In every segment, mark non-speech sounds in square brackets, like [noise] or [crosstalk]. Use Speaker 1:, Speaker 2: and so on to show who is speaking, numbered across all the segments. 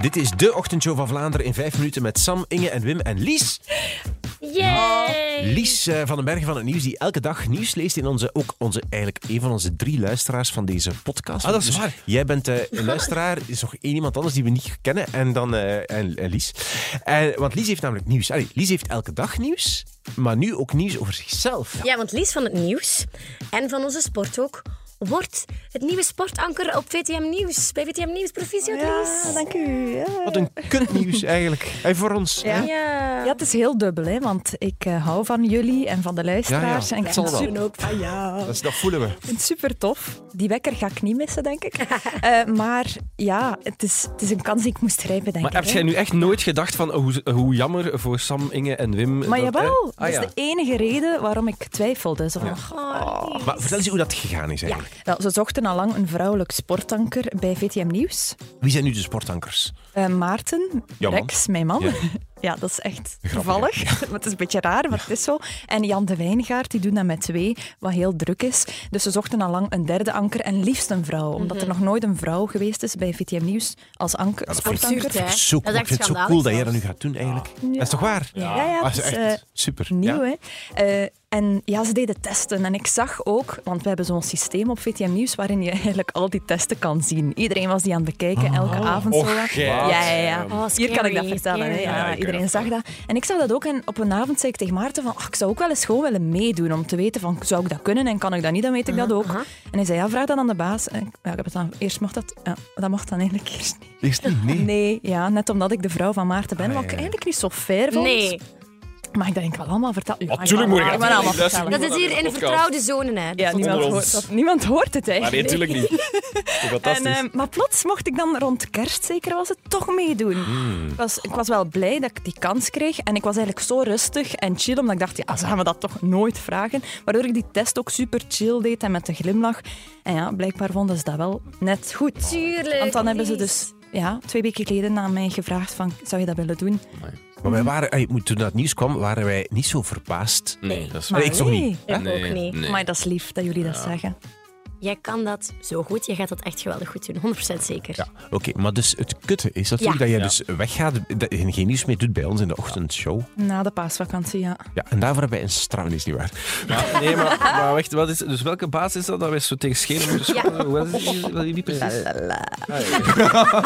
Speaker 1: Dit is de ochtendshow van Vlaanderen in vijf minuten met Sam, Inge en Wim en Lies.
Speaker 2: Yay!
Speaker 1: Lies eh, van den Bergen van het Nieuws, die elke dag nieuws leest in onze, ook onze, eigenlijk een van onze drie luisteraars van deze podcast.
Speaker 3: Ah, dat is
Speaker 1: Dus
Speaker 3: waar.
Speaker 1: Jij bent eh, een luisteraar, er is nog één iemand anders die we niet kennen en dan eh, en, en Lies. En, want Lies heeft namelijk nieuws. Allee, Lies heeft elke dag nieuws, maar nu ook nieuws over zichzelf.
Speaker 2: Ja, want Lies van het nieuws en van onze sport ook wordt het nieuwe sportanker op VTM Nieuws. Bij VTM Nieuws, proficiat Lies.
Speaker 4: Ja, dank u. Ja.
Speaker 1: Wat een kutnieuws eigenlijk. Hey, voor ons.
Speaker 4: Ja.
Speaker 2: Ja.
Speaker 4: Ja, het is heel dubbel, hè, want ik eh, hou van jullie en van de luisteraars.
Speaker 1: Ja, ja,
Speaker 4: En
Speaker 1: het
Speaker 4: ik vind
Speaker 1: zal
Speaker 4: het
Speaker 1: wel.
Speaker 4: super- ook van jou.
Speaker 1: Dat, is, dat voelen we.
Speaker 4: Ik vind het super tof. Die wekker ga ik niet missen, denk ik. Eh, maar ja, het is, het is een kans die ik moest grijpen, denk
Speaker 3: Maar
Speaker 4: ik.
Speaker 3: heb
Speaker 4: hè.
Speaker 3: jij nu echt nooit gedacht van oh, hoe, hoe jammer voor Sam, Inge en Wim?
Speaker 4: Maar
Speaker 3: dat,
Speaker 4: jawel,
Speaker 3: eh,
Speaker 4: dat
Speaker 3: ah,
Speaker 4: is
Speaker 3: ja.
Speaker 4: de enige reden waarom ik twijfelde. Zo van,
Speaker 2: Oh, Lies.
Speaker 1: Maar vertel eens hoe dat gegaan is eigenlijk.
Speaker 4: Wel, ze zochten al lang een vrouwelijk sportanker bij VTM Nieuws.
Speaker 1: Wie zijn nu de sportankers?
Speaker 4: Eh, Maarten,
Speaker 1: Ja, man.
Speaker 4: Rex, mijn man.
Speaker 1: Ja.
Speaker 4: [laughs] Ja. dat is echt toevallig. [laughs] Maar het is een beetje raar, maar het is zo. En Jan de Wijngaard, die doen dat met twee, wat heel druk is. Dus ze zochten al lang een derde anker en liefst een vrouw. Omdat er nog nooit een vrouw geweest is bij VTM Nieuws als anker,
Speaker 1: dat vind ik
Speaker 4: sportanker.
Speaker 2: absurd, hè?
Speaker 1: Zo,
Speaker 2: Dat
Speaker 1: cool. ik
Speaker 2: is echt
Speaker 1: vind het zo
Speaker 2: schandalig
Speaker 1: cool dat jij dat
Speaker 2: zelfs.
Speaker 1: nu gaat doen eigenlijk. Dat is toch waar?
Speaker 4: Ja, ja,
Speaker 1: Ah,
Speaker 4: het
Speaker 1: is echt
Speaker 4: is, eh,
Speaker 1: super.
Speaker 4: Nieuw,
Speaker 1: Ja.
Speaker 4: hè? Eh, en ja, ze deden testen. En ik zag ook, want we hebben zo'n systeem op VTM Nieuws waarin je eigenlijk al die testen kan zien. Iedereen was die aan het
Speaker 1: Ah.
Speaker 4: bekijken, elke avond zo. wat. Ja, ja, ja.
Speaker 2: Oh,
Speaker 4: Hier kan ik dat
Speaker 2: scary,
Speaker 4: vertellen. Hè?
Speaker 2: scary.
Speaker 4: Ja, iedereen zag dat. En ik zag dat ook. En op een avond zei ik tegen Maarten van, "Ach, ik zou ook wel eens gewoon willen meedoen om te weten van, zou ik dat kunnen en kan ik dat niet, dan weet ik
Speaker 2: Uh-huh,
Speaker 4: dat ook. En hij zei, ja, vraag dat aan de baas. En ik, ja, ik heb het dan, eerst mocht dat, ja, dat mocht dan eigenlijk eerst niet.
Speaker 1: Is het niet? Nee.
Speaker 4: [laughs] Nee, ja, net omdat ik de vrouw van Maarten ben, wat ik eigenlijk niet zo fair vond.
Speaker 2: Nee,
Speaker 4: Maar ik denk wel allemaal vertellen.
Speaker 3: Natuurlijk moet je dat
Speaker 4: maar allemaal
Speaker 3: doen.
Speaker 4: vertellen.
Speaker 2: dat is hier in de vertrouwde zone, hè.
Speaker 4: Ja, niemand
Speaker 3: onder
Speaker 4: hoort,
Speaker 3: ons.
Speaker 4: dat, niemand hoort het
Speaker 3: Maar
Speaker 4: eigenlijk.
Speaker 3: nee, natuurlijk
Speaker 4: [laughs]
Speaker 3: niet. Fantastisch.
Speaker 4: En, eh, maar plots mocht ik dan rond kerst, zeker was het, toch meedoen.
Speaker 1: Hmm.
Speaker 4: Ik, was, ik was wel blij dat ik die kans kreeg. En ik was eigenlijk zo rustig en chill, omdat ik dacht, ja, ze gaan me dat toch nooit vragen. Waardoor ik die test ook super chill deed en met een glimlach. En ja, blijkbaar vonden ze dat wel net goed.
Speaker 2: Tuurlijk,
Speaker 4: Want dan hebben ze
Speaker 2: Lies.
Speaker 4: dus ja, twee weken geleden naar mij gevraagd van, zou je dat willen doen?
Speaker 1: Maar wij waren, ey, moet- toen dat nieuws kwam, waren wij niet zo verbaasd.
Speaker 3: Nee,
Speaker 4: [laughs]
Speaker 3: dat is
Speaker 4: Maar
Speaker 1: ik toch
Speaker 4: nee.
Speaker 1: niet.
Speaker 2: Ik ook niet.
Speaker 4: Maar dat is lief dat jullie dat zeggen.
Speaker 2: Jij kan dat zo goed. Je gaat dat echt geweldig goed doen. 100% zeker.
Speaker 1: Ja, oké. maar dus het kutte is natuurlijk
Speaker 2: Ja.
Speaker 1: dat jij dus weggaat, dat je geen nieuws meer doet bij ons in de ochtendshow.
Speaker 4: Na de paasvakantie, ja.
Speaker 1: Ja, en daarvoor hebben wij een straf, is niet waar.
Speaker 3: Maar, nee, maar, maar wacht, wat is, dus welke baas is dat dat wij zo tegen schenen moeten schoppen? Wat is die, wat- wie precies? Ah,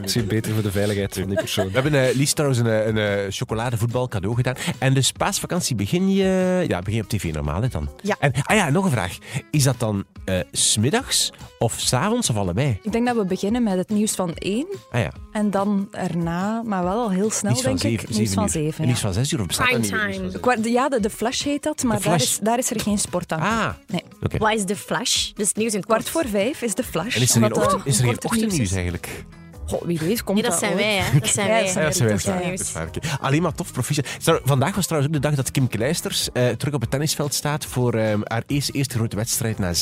Speaker 4: [laughs]
Speaker 3: Misschien beter voor de veiligheid van die persoon.
Speaker 1: We hebben eh, Lies trouwens een, eh, een, eh, chocoladevoetbal cadeau gedaan. En dus paasvakantie begin je... Ja, begin je op tv normaal hè, dan.
Speaker 4: Ja.
Speaker 1: En, ah ja, nog een vraag. Is dat dan eh, 's smiddags of s'avonds of allebei?
Speaker 4: Ik denk dat we beginnen met het nieuws van één.
Speaker 1: Ah ja,
Speaker 4: En dan erna, maar wel al heel snel,
Speaker 1: nieuws van
Speaker 4: denk
Speaker 1: zeven,
Speaker 4: ik, nieuws
Speaker 1: zeven
Speaker 4: van
Speaker 1: uur.
Speaker 4: zeven.
Speaker 1: En
Speaker 4: ja.
Speaker 1: Nieuws van zes uur of bestaat dat niet?
Speaker 2: Primetime.
Speaker 4: Kwart- Ja, de, de Flash heet dat, maar daar
Speaker 1: Flash.
Speaker 4: is, daar is er geen sport aan.
Speaker 1: Ah,
Speaker 4: Nee.
Speaker 1: oké.
Speaker 2: Wat is de flash? Dus het nieuws in het
Speaker 4: Kwart voor vijf is de Flash.
Speaker 1: En is er geen,
Speaker 4: omdat dat
Speaker 1: ochtend, is er geen
Speaker 4: korter eh, nieuws
Speaker 1: ochtendnieuws eigenlijk? Ah
Speaker 4: Goh, wie weet komt
Speaker 2: Nee, dat
Speaker 4: dat
Speaker 2: zijn
Speaker 4: ooit.
Speaker 2: wij, hè. Dat zijn
Speaker 4: Ja,
Speaker 2: wij.
Speaker 4: dat zijn wij.
Speaker 1: Ja, dat is
Speaker 4: Ja,
Speaker 1: waar.
Speaker 4: ja.
Speaker 1: Dat is waar, oké. Alleen maar tof, proficiat. Trouw- Vandaag was trouwens ook de dag dat Kim Kleisters eh, terug op het tennisveld staat voor ehm, haar eerste, eerste grote wedstrijd na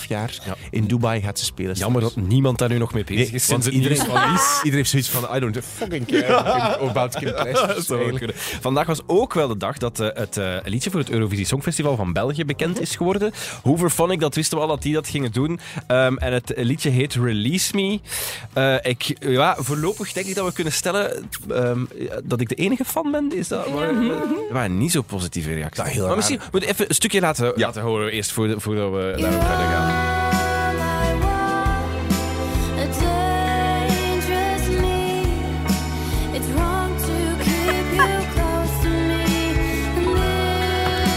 Speaker 1: 7,5 jaar. In Dubai gaat ze spelen.
Speaker 3: Jammer dat niemand daar nu nog mee bezig
Speaker 1: Nee,
Speaker 3: is.
Speaker 1: want
Speaker 3: Sinds het
Speaker 1: iedereen-
Speaker 3: nieuws van Lies.
Speaker 1: Iedereen heeft zoiets van, I don't fucking care about [laughs] Kim
Speaker 2: [laughs]
Speaker 1: Kleisters.
Speaker 3: Dat zou wel
Speaker 1: eigenlijk.
Speaker 3: kunnen. Vandaag was ook wel de dag dat eh, het eh, liedje voor het Eurovisie Songfestival van België
Speaker 2: Mhm.
Speaker 3: bekend is geworden. Hoover Phonic, dat wisten we al dat die dat gingen doen. Ehm, en het liedje heet Release Me. Eh, ik, ja, voorlopig denk ik dat we kunnen stellen ehm, dat ik de enige fan ben. Is dat, maar, er waren niet zo positieve reacties.
Speaker 1: Dat is Nou, heel
Speaker 3: maar misschien
Speaker 1: raar.
Speaker 3: moet ik even een stukje laten, laten horen eerst voordat, voordat we daarop verder gaan.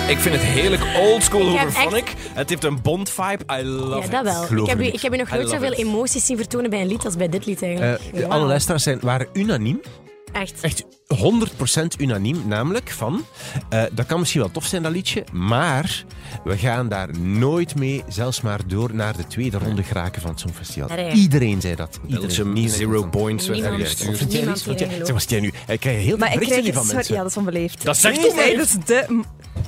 Speaker 3: Ik vind het heerlijk oldschool
Speaker 2: Ik heb
Speaker 3: Hoover Phonic.
Speaker 2: echt-
Speaker 3: Het heeft een Bond vibe. I love
Speaker 2: Ja,
Speaker 3: it.
Speaker 2: dat wel.
Speaker 1: geloof
Speaker 2: Ik heb,
Speaker 1: er
Speaker 2: u,
Speaker 1: niet.
Speaker 2: ik heb u nog
Speaker 3: I
Speaker 2: nooit
Speaker 3: love
Speaker 2: zoveel
Speaker 3: it.
Speaker 2: emoties zien vertonen bij een lied als bij dit lied eigenlijk.
Speaker 1: Eh, de-
Speaker 2: Ja.
Speaker 1: alle luisteraars zijn, waren unaniem.
Speaker 2: Echt.
Speaker 1: Echt 100% unaniem. Namelijk van, eh, dat kan misschien wel tof zijn dat liedje, maar we gaan daar nooit mee, zelfs maar door naar de tweede ronde geraken van het Songfestival.
Speaker 2: Nee.
Speaker 1: Iedereen zei dat. Iedereen.
Speaker 3: Belgium
Speaker 1: Niemand
Speaker 3: zero
Speaker 1: vond dat.
Speaker 3: points werd
Speaker 2: Niemand.
Speaker 3: hergestuurd.
Speaker 1: Vind jij
Speaker 2: Niemand
Speaker 1: niks? Vond
Speaker 2: die
Speaker 1: jij-
Speaker 2: erin
Speaker 1: Zeg, wat jij nu? Ik krijg heel
Speaker 4: Maar
Speaker 1: veel berichten
Speaker 4: ik krijg
Speaker 1: nu
Speaker 4: het
Speaker 1: van
Speaker 4: soort-
Speaker 1: mensen.
Speaker 4: Ja, dat is onbeleefd.
Speaker 3: Dat zegt
Speaker 4: nee, nee,
Speaker 3: onbeleefd.
Speaker 4: dat is de...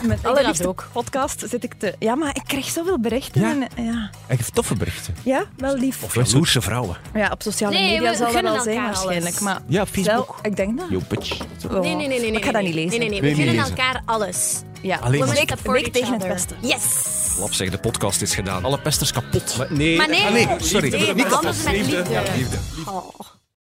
Speaker 4: Met alle
Speaker 2: dat
Speaker 4: liefde
Speaker 2: ook.
Speaker 4: podcast zit ik te... Ja, maar ik krijg zoveel berichten.
Speaker 1: Ja.
Speaker 4: en, eh, ja.
Speaker 1: Echt toffe berichten.
Speaker 4: ja wel lief.
Speaker 1: Of jaloerse vrouwen.
Speaker 4: Ja, op sociale
Speaker 2: Nee,
Speaker 4: media
Speaker 2: we
Speaker 4: zal dat
Speaker 2: gunnen
Speaker 4: wel zijn
Speaker 2: elkaar alles.
Speaker 4: waarschijnlijk. Maar
Speaker 1: Ja, op Facebook.
Speaker 4: Wel, ik denk dat.
Speaker 1: Yo, bitch.
Speaker 4: Oh.
Speaker 2: Nee, nee, nee, nee.
Speaker 4: Maar
Speaker 2: nee
Speaker 4: ik ga dat
Speaker 2: nee.
Speaker 4: niet lezen.
Speaker 2: Nee, nee,
Speaker 1: Wil
Speaker 2: nee.
Speaker 1: je
Speaker 2: We
Speaker 1: niet
Speaker 2: gunnen
Speaker 1: lezen?
Speaker 2: elkaar alles.
Speaker 4: Ja,
Speaker 1: Alleen
Speaker 4: Women
Speaker 1: maar-
Speaker 2: Women
Speaker 4: week,
Speaker 2: support
Speaker 4: week
Speaker 2: each
Speaker 4: tegen het
Speaker 2: other.
Speaker 4: westen.
Speaker 2: Yes!
Speaker 3: Lap zeg, de podcast is gedaan.
Speaker 1: Alle pesters kapot.
Speaker 3: nee,
Speaker 2: Maar nee,
Speaker 1: Ah, nee, sorry.
Speaker 2: nee,
Speaker 1: Niet
Speaker 2: behandel ze met liefde.
Speaker 3: liefde.
Speaker 2: Oh.